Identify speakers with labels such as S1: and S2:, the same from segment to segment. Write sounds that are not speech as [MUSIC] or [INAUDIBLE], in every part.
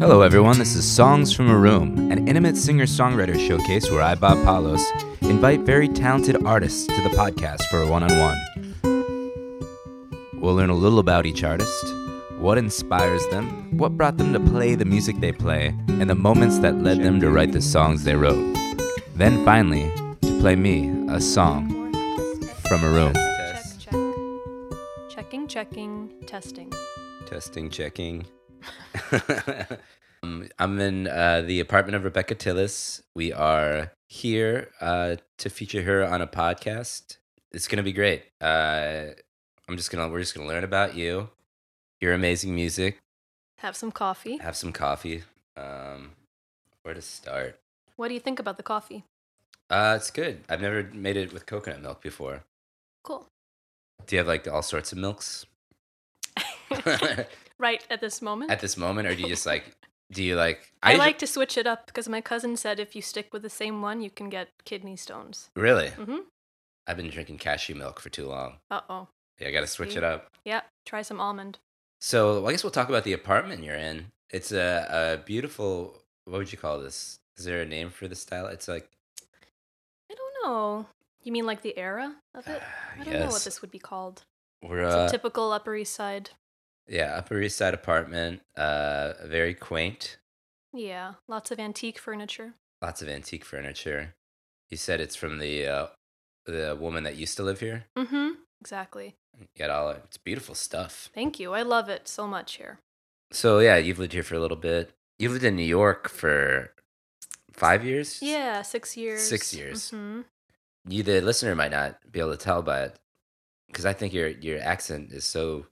S1: Hello, everyone. This is Songs from a Room, an intimate singer songwriter showcase where I, Bob Palos, invite very talented artists to the podcast for a one on one. We'll learn a little about each artist, what inspires them, what brought them to play the music they play, and the moments that led them to write the songs they wrote. Then finally, to play me a song from a room.
S2: Test, check, check. Checking, checking, testing.
S1: Testing, checking. [LAUGHS] um, I'm in uh, the apartment of Rebecca Tillis. We are here uh, to feature her on a podcast. It's gonna be great. Uh, I'm just gonna we're just gonna learn about you, your amazing music,
S2: Have some coffee.
S1: have some coffee. Um, where to start?
S2: What do you think about the coffee?
S1: Uh, it's good. I've never made it with coconut milk before.
S2: Cool. [LAUGHS]
S1: Do you have like all sorts of milks [LAUGHS]
S2: right at this moment.
S1: at this moment, or do you just like do you like
S2: I,
S1: usu-
S2: like to switch it up because my cousin said if you stick with the same one, you can get kidney stones.
S1: really?
S2: Mm-hmm.
S1: I've been drinking cashew milk for too long.
S2: Uh oh.
S1: Yeah, I got to switch
S2: See?
S1: it up.
S2: Yeah. Try some almond.
S1: So I guess we'll talk about the apartment you're in. It's a, a beautiful. What would you call this? Is there a name for this style? It's like [SIGHS]
S2: I don't know. You mean like the era of it?
S1: ah,
S2: I don't know what
S1: yes,
S2: this would be called.
S1: we're
S2: It's
S1: uh,
S2: a typical Upper East Side.
S1: yeah Upper East Side apartment. Uh, very quaint.
S2: Yeah. Lots of antique furniture.
S1: Lots of antique furniture. You said it's from the uh, the woman that used to live here.
S2: Mm hmm. Exactly.
S1: You got all it's beautiful stuff.
S2: Thank you. I love it so much here.
S1: So yeah, you've lived here for a little bit. You've lived in New York for five years.
S2: Yeah. Six years.
S1: years.
S2: hmm
S1: you the listener might not be able to tell by it because i think your your accent is so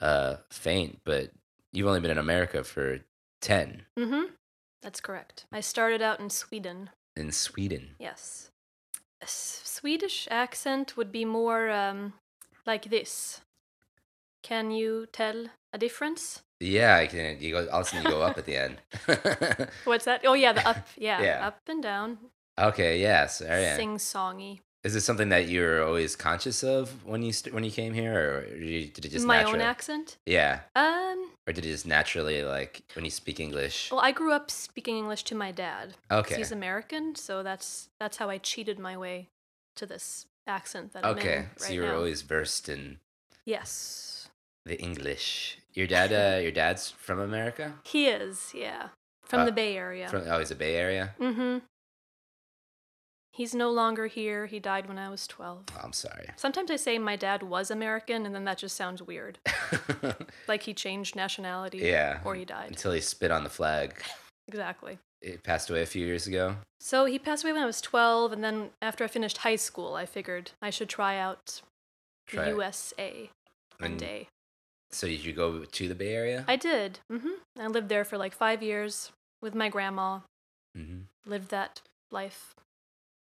S1: uh faint but you've only been in america for 10
S2: Mm-hmm. That's correct. I started out in Sweden.
S1: in sweden
S2: Yes. A s- Swedish accent would be more um, like this. Can you tell a difference?
S1: yeah i can you go all of a sudden you go up at the end [LAUGHS]
S2: What's that? Oh yeah, the up. Yeah,
S1: Yeah. Oh,
S2: up and down.
S1: okay yes all right
S2: Sing songy.
S1: is this something that you were always conscious of when you st- when you came here or did you- did it just
S2: My
S1: naturally
S2: own accent.
S1: yeah
S2: Um.
S1: or did it just naturally like when you speak english
S2: Well, I grew up speaking English to my dad. 'cause
S1: okay
S2: He's American, so that's that's how I cheated my way to this accent that I'm in
S1: okay
S2: right
S1: so you were
S2: now.
S1: always versed in
S2: yes.
S1: the english
S2: [LAUGHS]
S1: your dad uh, your dad's from america
S2: He is. Yeah. From
S1: Uh,
S2: the Bay Area.
S1: From oh, he's a Bay Area.
S2: Mm-hmm. He's no longer here. He died when I was 12.
S1: Oh, I'm sorry. [LAUGHS]
S2: Sometimes I say my dad was American, and then that just sounds weird. Like he changed nationality.
S1: yeah.
S2: Or he died.
S1: Until he spit on the flag.
S2: Exactly.
S1: It passed away a few years ago.
S2: So he passed away when I was 12, and then after I finished high school, I figured I should try out the
S1: Try it.
S2: USA one
S1: And
S2: day.
S1: so did you go to the Bay Area?
S2: I did. Mm-hmm. I lived there for like five years with my grandma.
S1: hmm
S2: Lived that life.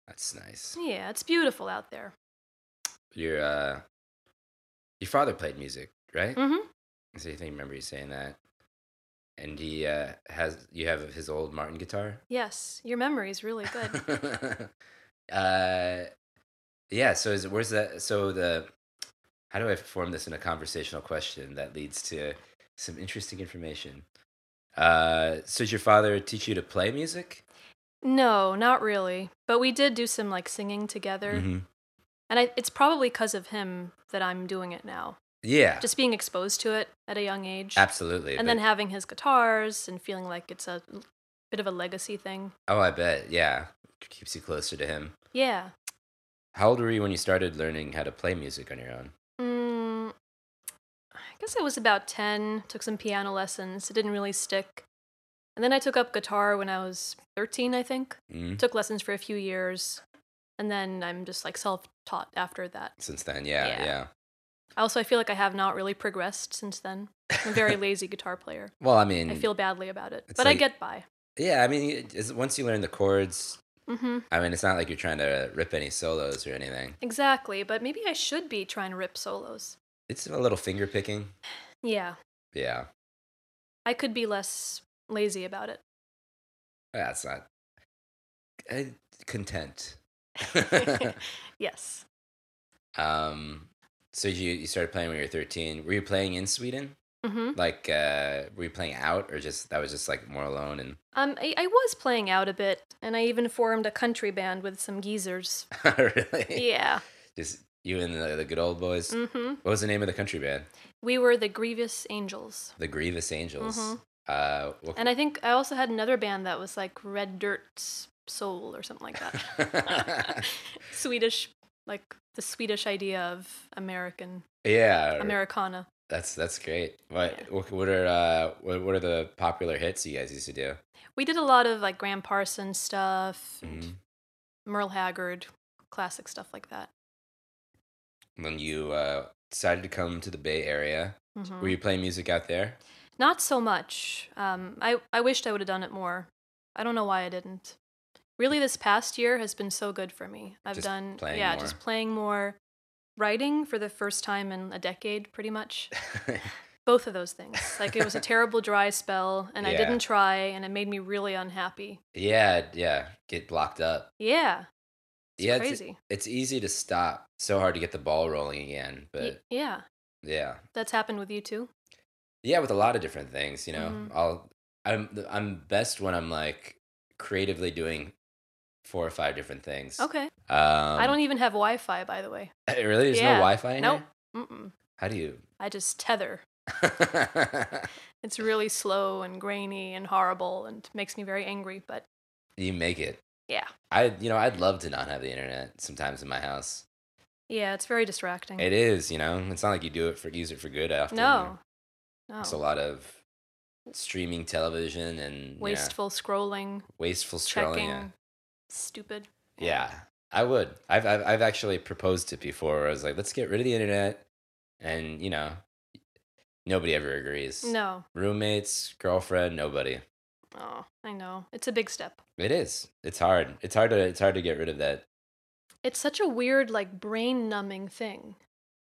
S1: That's nice.
S2: Yeah, it's beautiful out there.
S1: Your uh, your father played music, right?
S2: Mm-hmm.
S1: So you think remember you saying that? And he uh, has you have his old Martin guitar.
S2: Yes, your memory's really good. [LAUGHS]
S1: [LAUGHS] uh, yeah. So is where's that? So the how do I form this in a conversational question that leads to some interesting information? Uh, so did your father teach you to play music?
S2: No, not really. But we did do some like singing together.
S1: Mm-hmm.
S2: And I, it's probably because of him that I'm doing it now.
S1: Yeah,
S2: Just being exposed to it at a young age.
S1: absolutely.
S2: And
S1: but-
S2: then having his guitars and feeling like it's a l- bit of a legacy thing.
S1: oh, I bet. Yeah, keeps you closer to him.
S2: Yeah.
S1: How old were you when you started learning how to play music on your own?
S2: Mm, I guess I was about 10, took some piano lessons. It didn't really stick. And then I took up guitar when I was 13, I think.
S1: Mm.
S2: Took lessons for a few years. And then I'm just like self taught after that.
S1: Since then, yeah, yeah.
S2: Yeah. Also, I feel like I have not really progressed since then. I'm
S1: [LAUGHS]
S2: a very lazy guitar player.
S1: Well, I mean,
S2: I feel badly about it,
S1: Mm. It's
S2: but I
S1: like-
S2: get by.
S1: yeah. I mean, it- it's, once you learn the chords,
S2: hmm
S1: I mean, it's not like you're trying to rip any solos or anything.
S2: Exactly, but maybe I should be trying to rip solos.
S1: It's a little finger picking.
S2: Yeah,
S1: Yeah,
S2: I could be less lazy about it.
S1: that's not uh,
S2: [LAUGHS]
S1: content. [LAUGHS]
S2: Yes.
S1: um, so you you started playing when you were thirteen. Were you playing in Sweden?
S2: Mm-hmm.
S1: Like, uh, were you playing out, or just that was just like more alone and [LAUGHS]
S2: Um, I, I was playing out a bit, and I even formed a country band with some
S1: [LAUGHS]
S2: geezers.
S1: really
S2: Yeah.
S1: just you and the, the good old boys?
S2: Mm-hmm.
S1: What was the name of the country band?
S2: We were the Grievous Angels.
S1: The Grievous Angels.
S2: Mhm.
S1: Uh, what,
S2: And I think I also had another band that was like Red Dirt Soul or something like that. uh, Swedish, like the Swedish idea of American,
S1: [LAUGHS] yeah,
S2: Americana.
S1: that's that's great. What
S2: Yeah.
S1: what, what are uh, what, what are the popular hits you guys used to do?
S2: We did a lot of like Graham Parsons stuff, and
S1: Mhm.
S2: Merle Haggard, classic stuff like that.
S1: When you uh, decided to come to the Bay Area,
S2: Mhm.
S1: were you playing music out
S2: [LAUGHS]
S1: there? [LAUGHS]
S2: Not so much. Um, I, I wished I would have done it more. I don't know why I didn't. Really, this past year has been so good for me. I've
S1: Just
S2: done,
S1: playing
S2: yeah,
S1: more.
S2: just playing more, writing for the first time in a decade, pretty much. Both of those things. Like, it
S1: [LAUGHS]
S2: was a terrible dry spell, and I
S1: Yeah.
S2: didn't try, and it made me really unhappy.
S1: yeah, yeah, get blocked up.
S2: Yeah. It's
S1: yeah, It's,
S2: crazy.
S1: it's easy to stop. So hard to get the ball rolling again,
S2: Y-
S1: but
S2: yeah.
S1: yeah.
S2: That's happened with you too.
S1: yeah with a lot of different things you know
S2: Mhm.
S1: i'll i'm th- i'm best when i'm like creatively doing four or five different things
S2: Okay.
S1: um,
S2: I don't even have Wi Fi, by the way.
S1: [LAUGHS] really there's no
S2: Yeah.
S1: wi-fi in
S2: Nope.
S1: here?
S2: Mm-mm.
S1: how do you [LAUGHS]
S2: I just tether. It's really slow and grainy and horrible and makes me very angry, but
S1: you make it
S2: yeah.
S1: i you know i'd love to not have the internet sometimes in my house
S2: Yeah, it's very distracting.
S1: it is you know it's not like you do it for use it for good after
S2: no. No.
S1: it's a lot of streaming television and yeah,
S2: Wasteful scrolling,
S1: wasteful scrolling
S2: checking.
S1: yeah.
S2: Stupid.
S1: Yeah, I would. I've, I've I've actually proposed it before. Where I was like, let's get rid of the internet, and you know, nobody ever agrees.
S2: No.
S1: roommates, girlfriend, nobody.
S2: Oh, I know. It's a big step.
S1: It is. It's hard. It's hard to. It's hard to get rid of that.
S2: It's such a weird, like, brain numbing thing.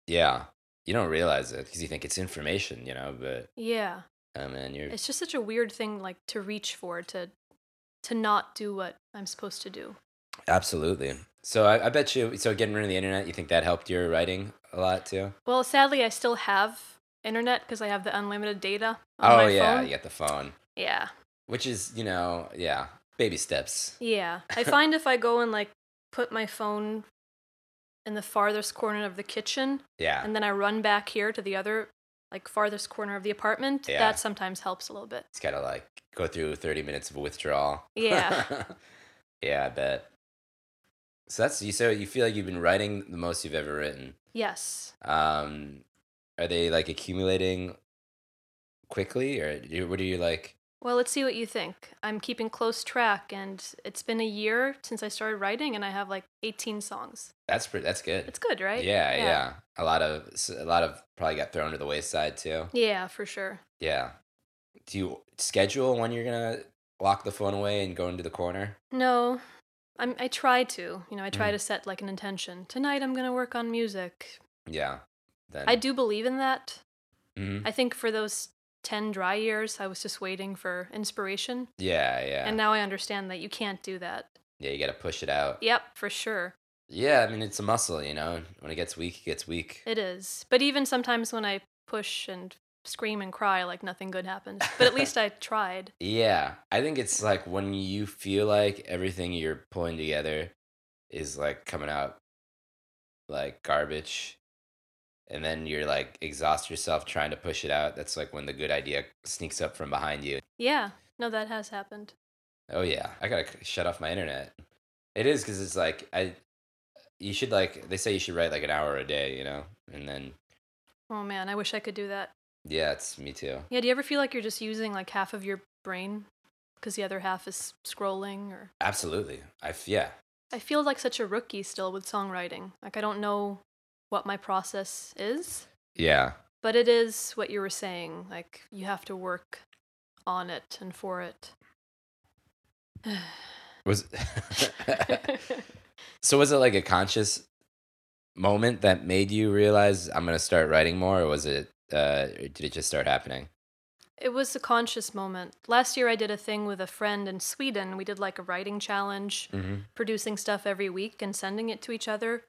S1: Yeah, you don't realize it because you think it's information, you know. But
S2: Yeah.
S1: I mean, you're
S2: It's just such a weird thing, like, to reach for, to to not do what I'm supposed to do.
S1: absolutely. So I, I bet you. So getting rid of the internet, you think that helped your writing a lot too?
S2: Well, sadly, I still have internet because I have the unlimited data on
S1: Oh
S2: my
S1: yeah,
S2: phone.
S1: you got the phone,
S2: yeah,
S1: which is you know yeah baby steps.
S2: yeah.
S1: [LAUGHS]
S2: I find if I go and like put my phone in the farthest corner of the kitchen
S1: Yeah.
S2: and then I run back here to the other like farthest corner of the apartment,
S1: Yeah.
S2: that sometimes helps a little bit.
S1: It's gotta like go through 30 minutes of withdrawal.
S2: Yeah.
S1: [LAUGHS] yeah, I bet. So that's you. So you feel like you've been writing the most you've ever written.
S2: Yes.
S1: Um, are they like accumulating quickly, or do you, what are you like?
S2: Well, let's see what you think. I'm keeping close track, and it's been a year since I started writing, and I have like 18 songs.
S1: That's pretty. That's good.
S2: It's good, right?
S1: Yeah, yeah,
S2: Yeah.
S1: A lot of s- a lot of probably got thrown to the wayside too.
S2: Yeah, for sure.
S1: Yeah. Do you schedule when you're gonna lock the phone away and go into the corner?
S2: No, I'm, I try to. You know, I try
S1: Mm.
S2: to set like an intention. Tonight I'm going to work on music.
S1: Yeah. Then.
S2: I do believe in that.
S1: Mhm.
S2: I think for those 10 dry years, I was just waiting for inspiration.
S1: Yeah, yeah.
S2: And now I understand that you can't do that.
S1: yeah, you gotta push it out.
S2: Yep, for sure.
S1: Yeah, I mean it's a muscle, you know. When it gets weak, it gets weak.
S2: It is. But even sometimes when I push and scream and cry, like nothing good happens. But
S1: [LAUGHS]
S2: at least I tried.
S1: Yeah, I think it's like when you feel like everything you're pulling together is like coming out like garbage, and then you're like exhaust yourself trying to push it out. That's like when the good idea sneaks up from behind you.
S2: Yeah, no, that has happened.
S1: Oh yeah, I gotta c- shut off my internet. It is because it's like I, you should like they say you should write like an hour a day, you know, and then
S2: Oh man, I wish I could do that.
S1: yeah, it's me too.
S2: Yeah, do you ever feel like you're just using like half of your brain because the other half is scrolling or
S1: Absolutely, I f- yeah,
S2: I feel like such a rookie still with songwriting. Like I don't know what my process is,
S1: yeah.
S2: but it is what you were saying. Like you have to work on it and for it.
S1: Was [LAUGHS] so was it like a conscious moment that made you realize I'm gonna start writing more, or was it uh, or did it just start happening?
S2: it was a conscious moment. Last year I did a thing with a friend in Sweden. We did like a writing challenge,
S1: Mm-hmm.
S2: producing stuff every week and sending it to each other.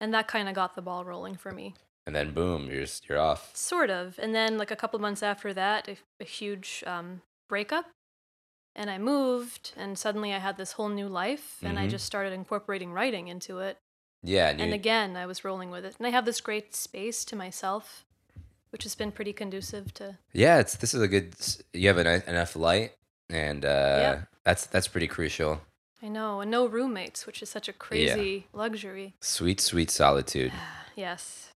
S2: And that kind of got the ball rolling for me.
S1: and then boom, you're just, you're off.
S2: Sort of. And then, like a couple months after that, a, a huge um, breakup. And I moved, and suddenly I had this whole new life, and I
S1: Mhm.
S2: just started incorporating writing into it.
S1: Yeah, and, you,
S2: And again, I was rolling with it. And I have this great space to myself, which has been pretty conducive to.
S1: yeah, it's this is a good. s- You have a ni- enough light, and uh,
S2: Yeah.
S1: that's that's pretty crucial.
S2: I know, and no roommates, which is such a crazy luxury.
S1: Sweet, sweet solitude.
S2: Yes.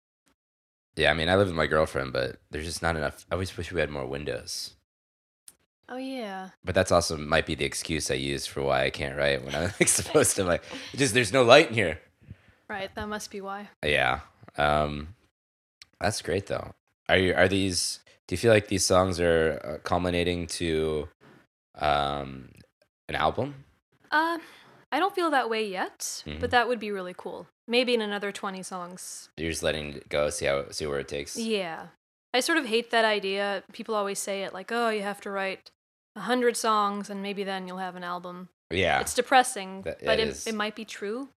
S1: Yeah, I mean, I live with my girlfriend, but there's just not enough. I always wish we had more windows.
S2: Oh yeah.
S1: But that's also might be the excuse I use for why I can't write when I'm [LAUGHS] like, supposed to. Like, just there's no light in here.
S2: Right. That must be why.
S1: Yeah. Um, that's great though. Are you are these? Do you feel like these songs are uh, culminating to um, an album?
S2: Uh, I don't feel that way yet,
S1: Mhm.
S2: but that would be really cool. Maybe in another 20 songs.
S1: You're just letting it go, see how see where it takes.
S2: Yeah. I sort of hate that idea. People always say it like, oh, you have to write 100 songs and maybe then you'll have an album.
S1: Yeah,
S2: It's depressing,
S1: That-
S2: but
S1: it
S2: it,
S1: is.
S2: it might be true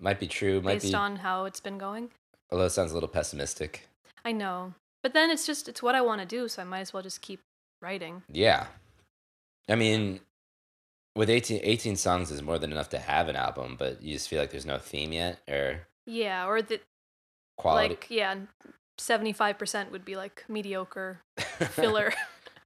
S1: might be true. Might
S2: based
S1: be.
S2: on how it's been going.
S1: although it sounds a little pessimistic.
S2: I know. But then it's just, it's what I want to do, so I might as well just keep writing.
S1: Yeah. I mean, with 18, 18 songs is more than enough to have an album, but you just feel like there's no theme yet or
S2: Yeah, or the,
S1: quality.
S2: like, yeah, 75% would be like
S1: [LAUGHS]
S2: mediocre filler.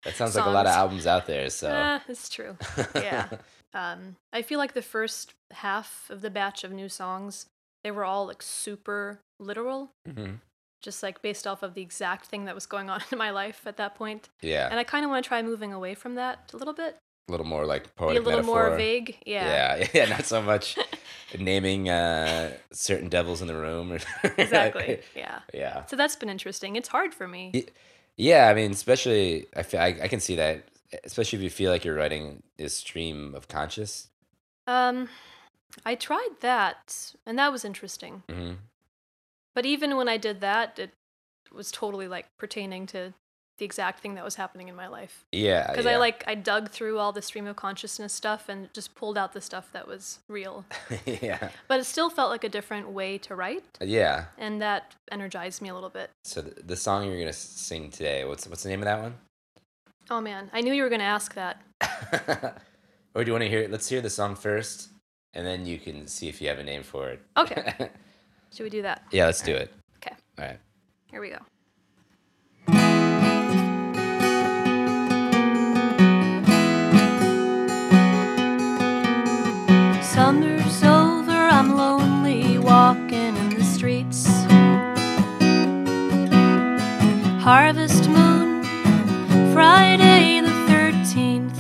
S1: that sounds like a lot of
S2: songs.
S1: albums out there. So
S2: [LAUGHS] Eh, it's true.
S1: [LAUGHS]
S2: yeah. um, I feel like the first half of the batch of new songs, they were all like super literal,
S1: Mhm.
S2: just like based off of the exact thing that was going on [LAUGHS] in my life at that point.
S1: Yeah.
S2: And I kind of want to try moving away from that a little bit,
S1: a little more like
S2: be a
S1: poetic
S2: little
S1: metaphor.
S2: more vague. Yeah,
S1: Yeah. [LAUGHS] yeah, not so
S2: [LAUGHS]
S1: much naming uh, certain devils in the room. Or [LAUGHS]
S2: exactly. yeah.
S1: yeah,
S2: So that's been interesting. It's hard for me.
S1: Yeah. yeah. I mean, especially I, feel, I I can see that, especially if you feel like you're writing is stream of conscious.
S2: Um, I tried that, and that was interesting.
S1: hmm
S2: But even when I did that, it was totally like pertaining to the exact thing that was happening in my life.
S1: Yeah,
S2: because
S1: Uh, yeah.
S2: I like I dug through all the stream of consciousness stuff and just pulled out the stuff that was
S1: [LAUGHS]
S2: real.
S1: [LAUGHS] yeah,
S2: But it still felt like a different way to write,
S1: yeah.
S2: and that energized me a little bit.
S1: So the, the song you're gonna s- sing today, what's what's the name of that
S2: Oh man, I knew you were gonna ask that.
S1: one? [LAUGHS] or do you want to hear? it? Let's hear the song first, and then you can see if you have a name for it.
S2: Okay. Should we do that?
S1: yeah, let's do it.
S2: Okay,
S1: All right.
S2: here we go. Summer's over, I'm lonely walking in the streets. Harvest Moon, Friday the 13th.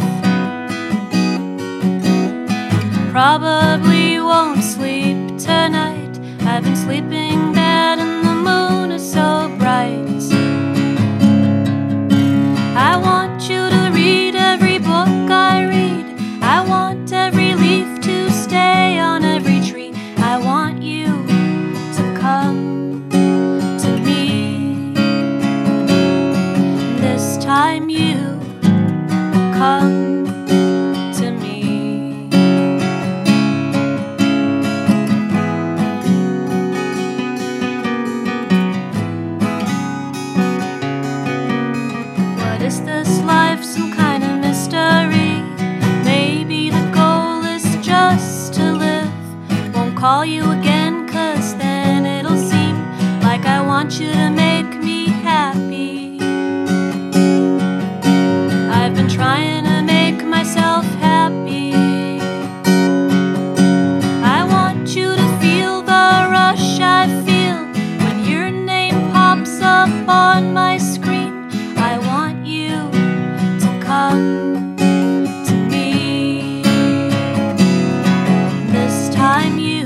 S2: Probably won't sleep tonight. I've been sleeping bad and the moon is so bright. I want you to read every book I read. I want every leaf to stay on every tree. I want you to come to me. This time you come to me. What is this life? Some kind of mystery. Maybe the goal is just to live. Won't call you again, cause then it'll seem like I want you to make me happy. I've been trying to make myself happy. I want you to feel the rush I feel when your name pops up on my screen. I want you to come to me. This time you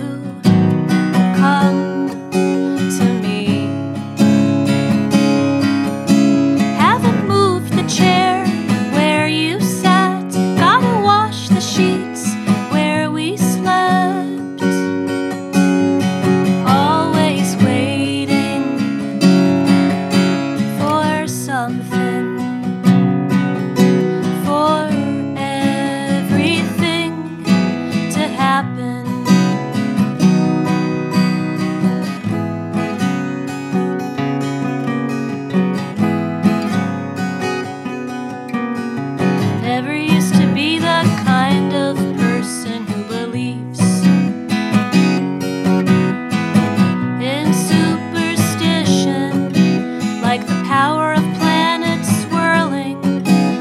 S2: come to me.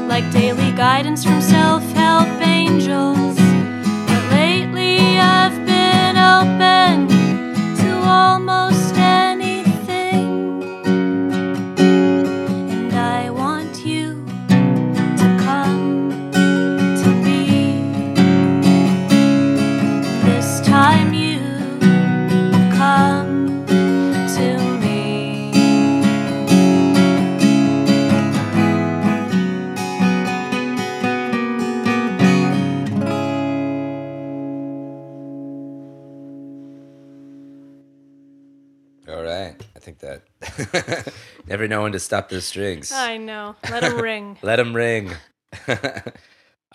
S2: like daily guidance from self help angels. But lately I've been open to almost anything. And I want you to come to me. This time you come to me.
S1: All right. I think that. [LAUGHS] Never know when to stop those strings.
S2: I know. Let him ring. [LAUGHS]
S1: Let them ring. [LAUGHS] uh,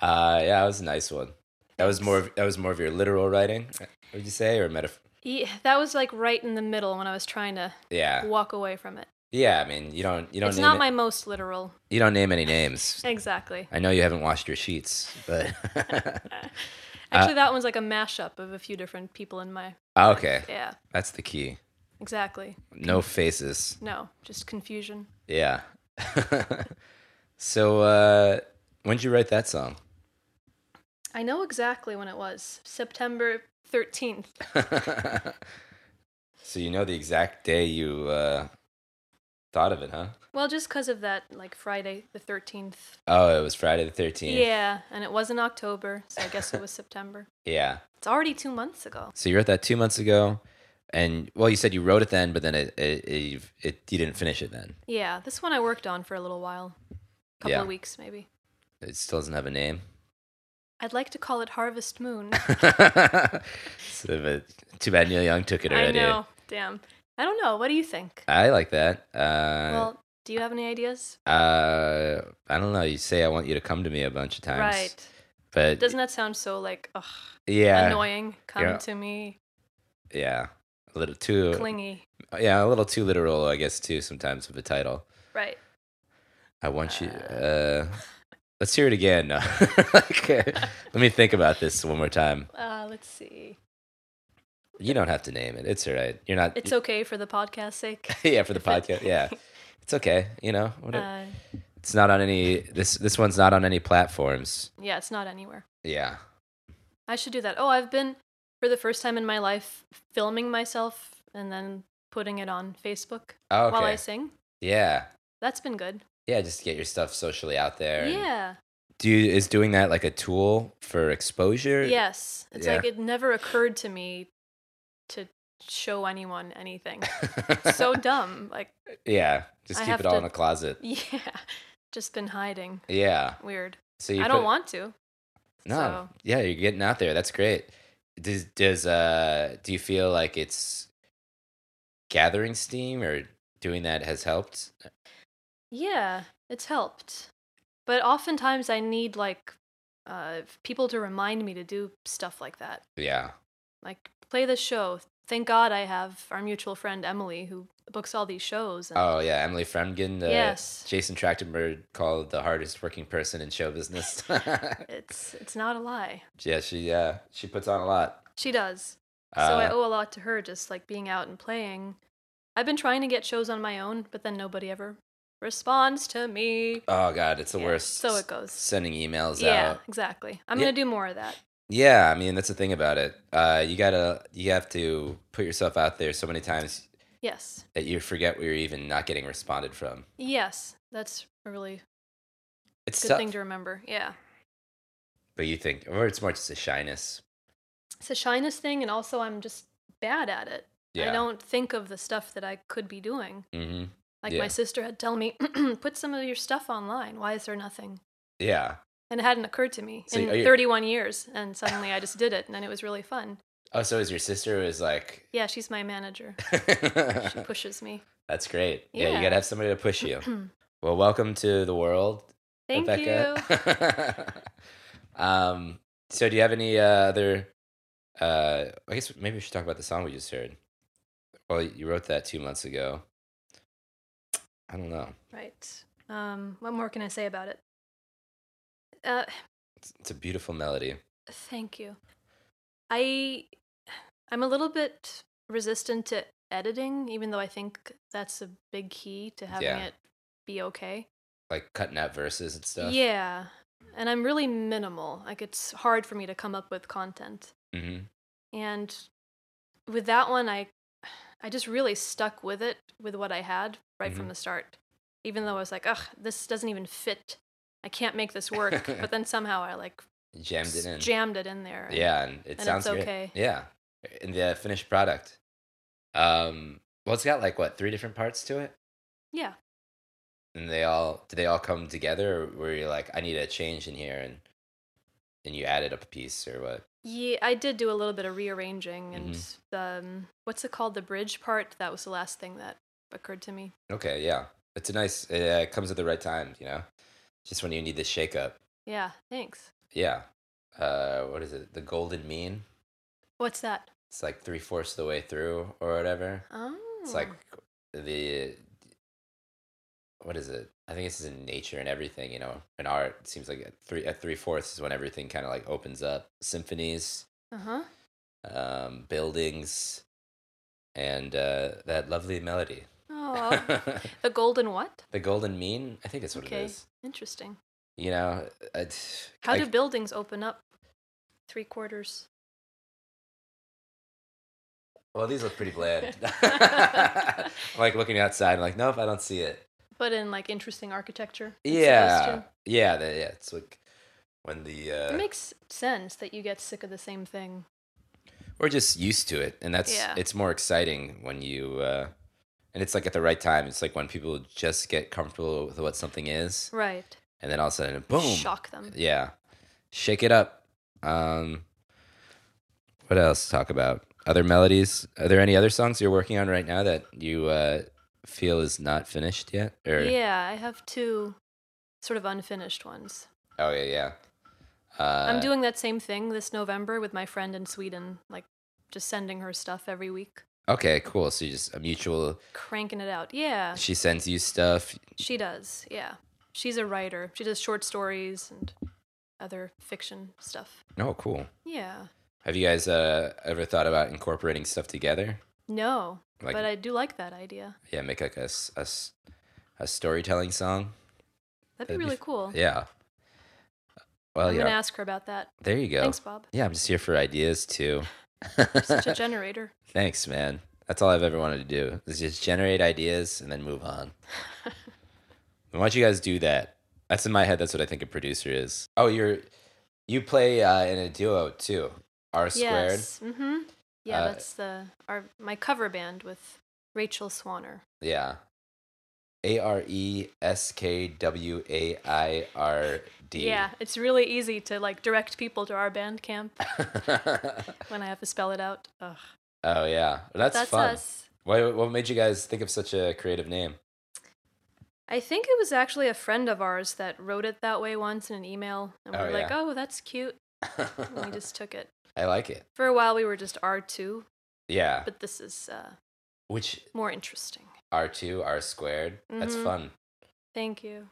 S1: yeah, that was a nice one. That was more. Of, that was more of your literal writing. uh, Would you say or metaphor?
S2: Yeah, that was like right in the middle when I was trying to
S1: Yeah.
S2: walk away from it.
S1: Yeah. I mean, you don't. You don't.
S2: It's
S1: name
S2: not
S1: it-
S2: my most literal.
S1: You don't name any names.
S2: Exactly.
S1: I know you haven't washed your sheets,
S2: [LAUGHS]
S1: but Uh,
S2: Actually, that one's like a mashup of a few different people in my.
S1: Ah, okay.
S2: Yeah,
S1: That's the key.
S2: exactly.
S1: No faces.
S2: No, just confusion.
S1: Yeah. [LAUGHS] so uh when'd you write that song?
S2: I know exactly when it was September 13th.
S1: [LAUGHS] so you know the exact day you uh thought of it, huh?
S2: Well, just because of that, like Friday the 13th.
S1: Oh, it was Friday the 13th.
S2: Yeah, and it was in October, so I guess it was [LAUGHS] September.
S1: Yeah.
S2: It's already two months ago.
S1: So you wrote that 2 months ago and well you said you wrote it then but then it it, it, you've- it you didn't finish it then.
S2: Yeah, this one I worked on for a little while. A couple
S1: Yeah.
S2: of weeks, maybe.
S1: It still doesn't have a name. [LAUGHS]
S2: I'd like to call it Harvest Moon. [LAUGHS]
S1: so, but too bad Neil Young took it
S2: I
S1: already.
S2: know. Damn. I don't know. What do you think?
S1: I like that. Uh,
S2: well, do you have any ideas?
S1: uh, I don't know. You say I want you to come to me a bunch of times,
S2: Right.
S1: But
S2: Doesn't that sound so like ugh,
S1: yeah,
S2: annoying? Come
S1: Yeah.
S2: to me,
S1: yeah, a little too,
S2: clingy.
S1: Uh, yeah, a little too literal, I guess, too sometimes with the title.
S2: Right.
S1: I want you. Uh, let's hear it again. No. [LAUGHS] okay. Let me think about this one more time.
S2: Uh, let's see.
S1: You don't have to name it. It's all right. You're not.
S2: It's okay for the
S1: [LAUGHS]
S2: podcast's sake.
S1: yeah, for the
S2: if it-
S1: podcast. Yeah, it's okay. You know, whatever.
S2: Uh,
S1: it's not on any. This this one's not on any platforms.
S2: yeah, it's not anywhere.
S1: Yeah.
S2: I should do that. Oh, I've been for the first time in my life filming myself and then putting it on Facebook
S1: Oh, okay.
S2: while I sing.
S1: yeah.
S2: That's been good.
S1: Yeah, just to get your stuff socially out there. and-
S2: Yeah.
S1: Do you, is doing that like a tool for exposure?
S2: Yes. It's
S1: Yeah.
S2: like it never occurred to me to show anyone anything. so dumb. Like,
S1: [LAUGHS]
S2: [LAUGHS]
S1: yeah, just
S2: I
S1: keep
S2: have
S1: it all
S2: to-
S1: in a closet.
S2: yeah. Just been hiding.
S1: Yeah.
S2: Weird.
S1: So you
S2: I don't
S1: put-
S2: want to.
S1: No.
S2: so.
S1: Yeah, you're getting out there. That's great. Does does uh do you feel like it's gathering steam or doing that has helped?
S2: Yeah, it's helped. But oftentimes I need like uh, people to remind me to do stuff like that.
S1: Yeah.
S2: Like play this show. Thank God I have our mutual friend Emily who books all these shows. And
S1: Oh yeah, Emily Fremgen, the
S2: Yes.
S1: Jason Trachtenberg called the hardest working person in show business. [LAUGHS]
S2: It's it's not a lie.
S1: yeah, she uh she puts on a lot.
S2: She does.
S1: Uh,
S2: so I owe a lot to her just like being out and playing. I've been trying to get shows on my own, but then nobody ever responds to me.
S1: Oh god, it's the
S2: Yeah,
S1: worst.
S2: so it goes.
S1: Sending emails
S2: Yeah,
S1: out.
S2: exactly. I'm
S1: Yeah.
S2: going to do more of that.
S1: Yeah, I mean that's the thing about it. Uh, you gotta you have to put yourself out there so many times
S2: Yes.
S1: that you forget where you're even not getting responded from.
S2: Yes. That's a really
S1: It's
S2: good
S1: tough,
S2: thing to remember. Yeah.
S1: but you think, or it's more just a shyness.
S2: it's a shyness thing and also i'm just bad at it
S1: Yeah.
S2: i don't think of the stuff that i could be doing
S1: Mm-hmm.
S2: like
S1: Yeah.
S2: my sister had tell me [CLEARS THROAT] put some of your stuff online why is there nothing
S1: Yeah.
S2: and it hadn't occurred to me
S1: So
S2: in
S1: are you-
S2: 31 years and suddenly i just did it and then it was really fun
S1: Oh, so is your sister who is like.
S2: yeah she's my manager she
S1: [LAUGHS]
S2: pushes me
S1: that's great. Yeah. you
S2: Yeah.
S1: gotta have somebody to push you.
S2: [CLEARS THROAT]
S1: well, welcome to the world,
S2: thank you
S1: Rebecca. [LAUGHS] um. So, do you have any uh, other? Uh, I guess maybe we should talk about the song we just heard. Well, you wrote that two months ago. I don't know.
S2: right um, what more can i say about it uh,
S1: It's, it's a beautiful melody.
S2: Thank you. I I'm a little bit resistant to editing, even though I think that's a big key to having
S1: Yeah.
S2: it be okay.
S1: like cutting out verses and stuff.
S2: Yeah. And I'm really minimal. Like it's hard for me to come up with content.
S1: hmm
S2: And with that one I I just really stuck with it with what I had right
S1: Mm-hmm.
S2: from the start. Even though I was like, "Ugh, this doesn't even fit. I can't make this work."
S1: [LAUGHS]
S2: but then somehow I like
S1: Jammed it in.
S2: jammed it in there.
S1: Yeah, and it
S2: it's
S1: sounds great.
S2: okay.
S1: Yeah, in the finished product. Um, well, it's got like what three different parts to it,
S2: Yeah.
S1: and they all did they all come together, or were you like, I need a change in here, and and you added up a piece or what?
S2: Yeah, I did do a little bit of rearranging and the
S1: Mm-hmm.
S2: um, what's it called the bridge part that was the last thing that occurred to me.
S1: Okay, yeah, it's a nice. Uh, it comes at the right time, you know, just when you need the shake up.
S2: Yeah, thanks.
S1: Yeah. Uh, what is it? The golden mean.
S2: What's that?
S1: It's like three fourths of the way through or whatever.
S2: Oh.
S1: It's like the what is it? I think this is in nature and everything. You know, in art, it seems like at three at three fourths is when everything kind of like opens up. Symphonies,
S2: [LAUGHS] Uh-huh.
S1: um, buildings, and uh, that lovely melody.
S2: Oh. the golden what?
S1: [LAUGHS] the golden mean. I think that's what
S2: Okay.
S1: it is.
S2: Interesting.
S1: You know, it,
S2: How
S1: I-
S2: do buildings open up? Three quarters.
S1: well these look pretty
S2: [LAUGHS]
S1: bland. [LAUGHS] I'm like looking outside. I'm like, nope, I don't see it.
S2: But in like interesting architecture. it's supposed
S1: Yeah,
S2: to-
S1: yeah, the, yeah. It's like when the uh,
S2: It makes sense that you get sick of the same thing.
S1: we're just used to it and that's
S2: Yeah.
S1: it's more exciting when you uh and it's like at the right time it's like when people just get comfortable with what something is
S2: Right.
S1: and then all of a sudden boom
S2: Shock them.
S1: yeah shake it up um what else to talk about other melodies are there any other songs you're working on right now that you uh feel is not finished yet or
S2: Yeah, I have two sort of unfinished ones.
S1: oh yeah yeah uh,
S2: I'm doing that same thing this November with my friend in Sweden, like just sending her stuff every week,
S1: okay cool so you just a mutual
S2: cranking it out. Yeah,
S1: she sends you stuff
S2: she does. Yeah. She's a writer. She does short stories and other fiction stuff.
S1: oh cool
S2: Yeah.
S1: Have you guys uh, ever thought about incorporating stuff together?
S2: No,
S1: Like,
S2: but I do like that idea.
S1: yeah, make like a, s- a s- a storytelling song.
S2: That'd be
S1: that'd be
S2: really
S1: f-
S2: cool.
S1: Yeah. Well,
S2: Oh. I'm
S1: yeah.
S2: gonna ask her about that.
S1: there you go.
S2: Thanks, Bob.
S1: Yeah, I'm just here for ideas too.
S2: Such
S1: [LAUGHS]
S2: a generator.
S1: Thanks, man. That's all I've ever wanted to do is just generate ideas and then move
S2: [LAUGHS]
S1: on. Why don't you guys do that? That's in my head. That's what I think a producer is. Oh, you're you play uh, in a duo too. R squared.
S2: Yes. Mm-hmm. Yeah,
S1: Uh,
S2: that's the our my cover band with Rachel Swanner.
S1: Yeah. A R E S K W A I R D. [LAUGHS]
S2: Yeah, it's really easy to like direct people to our band camp
S1: oh
S2: when I have to spell it out. Ugh.
S1: yeah, that's,
S2: That's
S1: fun.
S2: us.
S1: Why, what made you guys think of such a creative name?
S2: I think it was actually a friend of ours that wrote it that way once in an email, and we
S1: Oh,
S2: were like,
S1: yeah.
S2: "Oh, that's cute,"
S1: [LAUGHS]
S2: and we just took it.
S1: I like it.
S2: For a while, we were just R two,
S1: Yeah.
S2: but this is uh,
S1: Which
S2: more interesting.
S1: R two R squared. That's
S2: Mhm.
S1: fun.
S2: Thank you.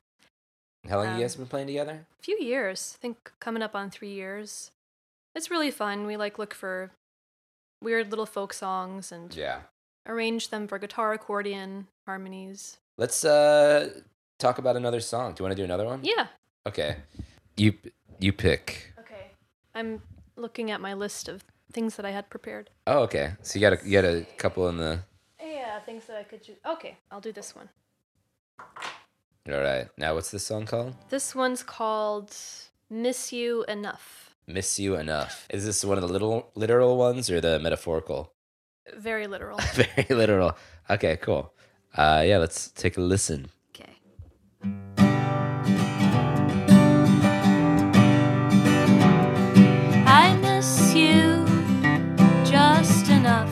S1: How long
S2: Um,
S1: you guys been playing together?
S2: A few years, I think coming up on three years. It's really fun. We like look for weird little folk songs and
S1: Yeah.
S2: arrange them for guitar, accordion, harmonies.
S1: Let's uh talk about another song. Do you want to do another one?
S2: Yeah.
S1: Okay. You you pick.
S2: Okay. I'm looking at my list of things that I had prepared.
S1: Oh, okay. So you got a you got a couple in the.
S2: Yeah, things that I could do. Okay, I'll do this one.
S1: All right. Now what's this song called?
S2: This one's called Miss You Enough.
S1: miss you enough. Is this one of the little literal ones or the metaphorical? [LAUGHS]
S2: Very [LAUGHS] literal.
S1: Very literal. Okay, cool. Uh, yeah, let's take a listen.
S2: Okay.
S3: I miss you just enough.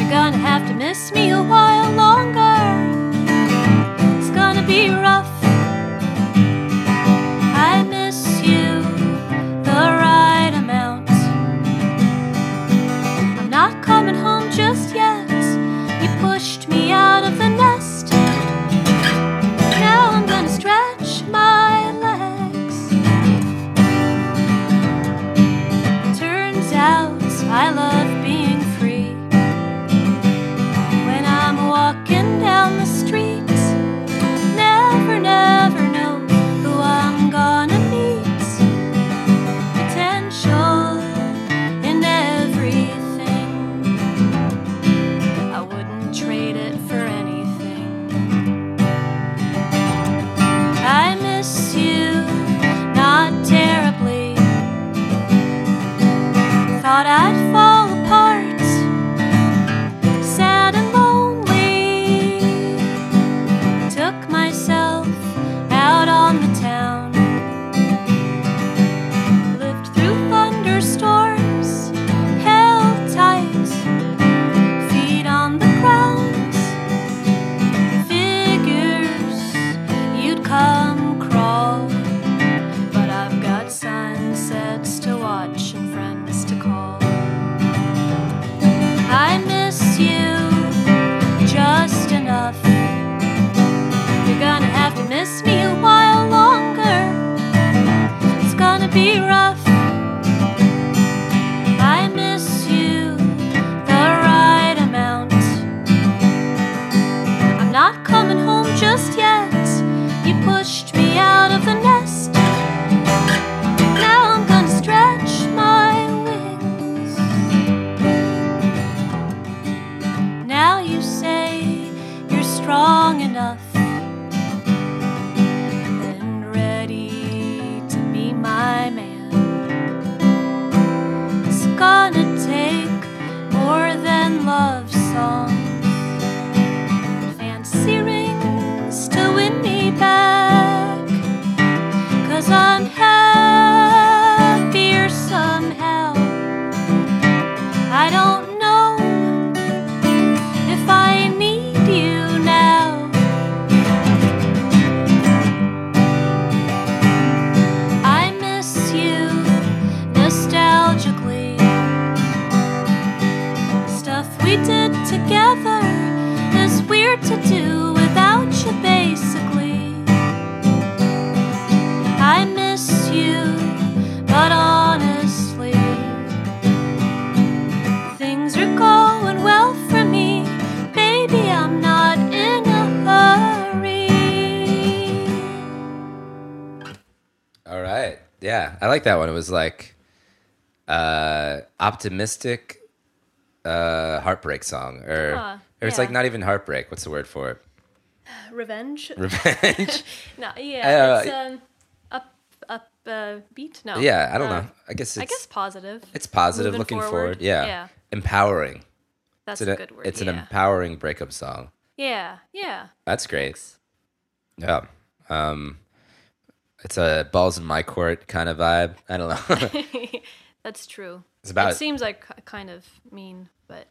S3: You're gonna have to miss me a while longer. It's gonna be rough. I miss you the right amount. I'm not coming home just yet. You pushed me out of the nest.
S1: All right. Yeah, I like that one. It was like uh optimistic uh heartbreak song or
S2: Aw,
S1: or it's
S2: Ah, yeah.
S1: like not even heartbreak. What's the word for it? [LAUGHS]
S2: Revenge?
S1: Revenge.
S2: [LAUGHS] No,
S1: I
S2: yeah.
S1: don't
S2: It's
S1: know.
S2: um, up, up uh, beat? No.
S1: Uh, yeah, I don't
S2: Uh,
S1: know. I guess it's
S2: I guess positive.
S1: it's positive
S2: moving
S1: looking forward.
S2: forward.
S1: Yeah.
S2: Yeah.
S1: Empowering.
S2: That's
S1: it's
S2: a
S1: an, e-
S2: good word.
S1: It's
S2: yeah.
S1: an empowering breakup song.
S2: yeah, yeah. [LAUGHS]
S1: That's great. Yeah. Um it's a balls in my court kind of vibe. I don't know. [LAUGHS]
S2: That's true.
S1: It's about-
S2: it seems like k- kind of mean, but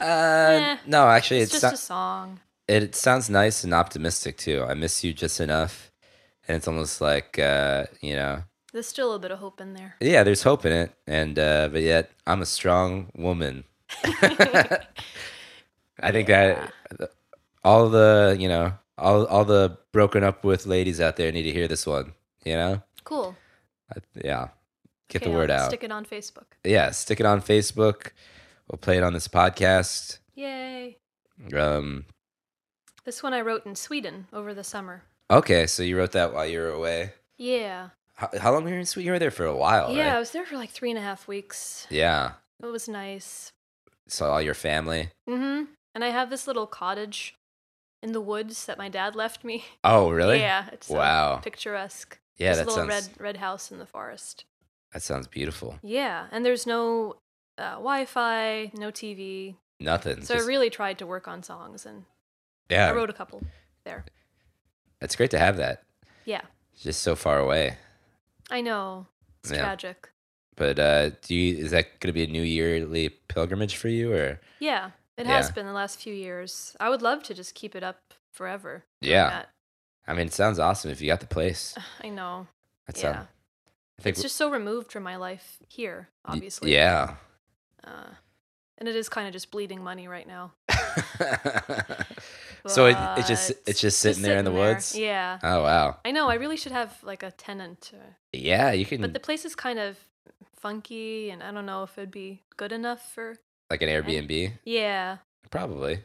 S1: uh,
S2: Eh,
S1: no, actually
S2: it's,
S1: it's
S2: just
S1: not,
S2: a song.
S1: it, it sounds nice and optimistic too. I miss you just enough. And it's almost like uh, you know,
S2: There's still a bit of hope in there.
S1: yeah, there's hope in it. And uh but yet I'm a strong woman. [LAUGHS] I think that all the, you know, all all the broken up with ladies out there need to hear this one, you know?
S2: Cool.
S1: I, yeah. Get
S2: Okay,
S1: the word
S2: I'll
S1: out.
S2: Stick it on Facebook.
S1: yeah, stick it on Facebook. We'll play it on this podcast.
S2: Yay.
S1: Um,
S2: This one I wrote in Sweden over the summer.
S1: okay, so you wrote that while you were away.
S2: Yeah.
S1: How, how long were you in Sweden? You were there for a while,
S2: yeah, I
S1: right?
S2: was there for like three and a half weeks.
S1: Yeah.
S2: It was nice.
S1: Saw all your family.
S2: Mm-hmm. And I have this little cottage in the woods that my dad left me. [LAUGHS]
S1: Oh, really?
S2: Yeah. It's so
S1: Wow.
S2: picturesque.
S1: Yeah,
S2: this
S1: that
S2: little
S1: sounds
S2: red red house in the forest.
S1: that sounds beautiful.
S2: Yeah, and there's no uh, Wi-Fi, no TV.
S1: Nothing.
S2: So
S1: just-
S2: I really tried to work on songs, and
S1: yeah,
S2: I wrote a couple there.
S1: it's great to have that.
S2: Yeah,
S1: It's just so far away.
S2: I know it's
S1: Yeah.
S2: tragic.
S1: But uh, do you is that going to be a new yearly pilgrimage for you or?
S2: Yeah, it has
S1: Yeah.
S2: been the last few years. I would love to just keep it up forever. doing
S1: Yeah.
S2: that.
S1: I mean, it sounds awesome if you got the place.
S2: I know.
S1: That's
S2: yeah,
S1: um, I think
S2: it's just so removed from my life here,
S1: y-
S2: obviously. [LAUGHS]
S1: Yeah.
S2: Uh, and it is kind of just bleeding money right now.
S1: so it, it's just
S2: but
S1: it's just sitting there in the
S2: sitting there.
S1: woods.
S2: Yeah.
S1: Oh wow.
S2: I know. I really should have like a tenant. Uh,
S1: Yeah, you can
S2: But the place is kind of funky, and I don't know if it'd be good enough for.
S1: like an Airbnb,
S2: Yeah.
S1: probably.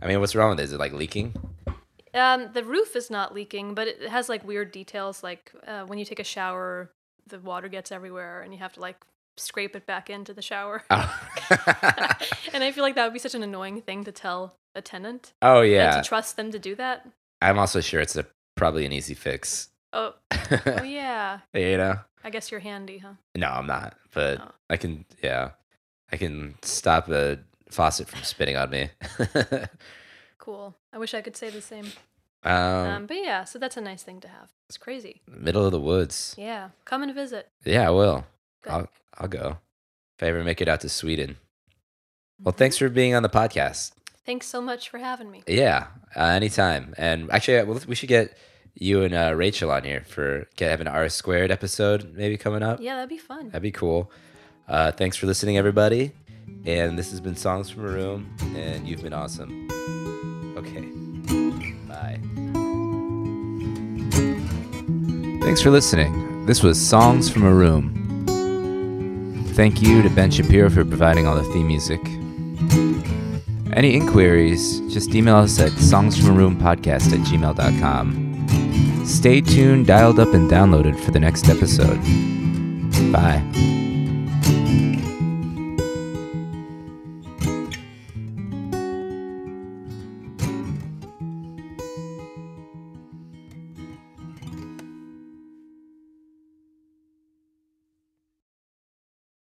S1: I mean, what's wrong with it? Is it like leaking? [LAUGHS]
S2: Um, the roof is not leaking, but it has like weird details, like uh, when you take a shower, the water gets everywhere, and you have to like scrape it back into the shower. [LAUGHS]
S1: Oh,
S2: and I feel like that would be such an annoying thing to tell a tenant.
S1: oh
S2: and
S1: yeah.
S2: to trust them to do that.
S1: I'm also sure it's a probably an easy fix.
S2: Oh, oh yeah.
S1: [LAUGHS] you know?
S2: I guess you're handy, huh?
S1: No, I'm not. But
S2: Oh.
S1: I can. Yeah, I can stop a faucet from spitting on me. [LAUGHS]
S2: Cool. I wish I could say the same.
S1: um,
S2: Um, but yeah, so that's a nice thing to have. It's crazy.
S1: middle of the woods.
S2: Yeah. Come and visit.
S1: Yeah, I will.
S2: Good.
S1: I'll I'll go if I ever make it out to Sweden. Well, thanks for being on the podcast.
S2: Thanks so much for having me.
S1: Yeah, uh, anytime. And actually, uh, well, we should get you and uh, Rachel on here for get have an R squared episode maybe coming up.
S2: Yeah, that'd be fun.
S1: That'd be cool. Uh, thanks for listening, everybody. And this has been Songs from a Room, and you've been awesome. Okay, bye. Thanks for listening. This was Songs from a Room. Thank you to Ben Shapiro for providing all the theme music. Any inquiries, just email us at songsfromaroompodcast at gmail.com. Stay tuned, dialed up, and downloaded for the next episode. Bye.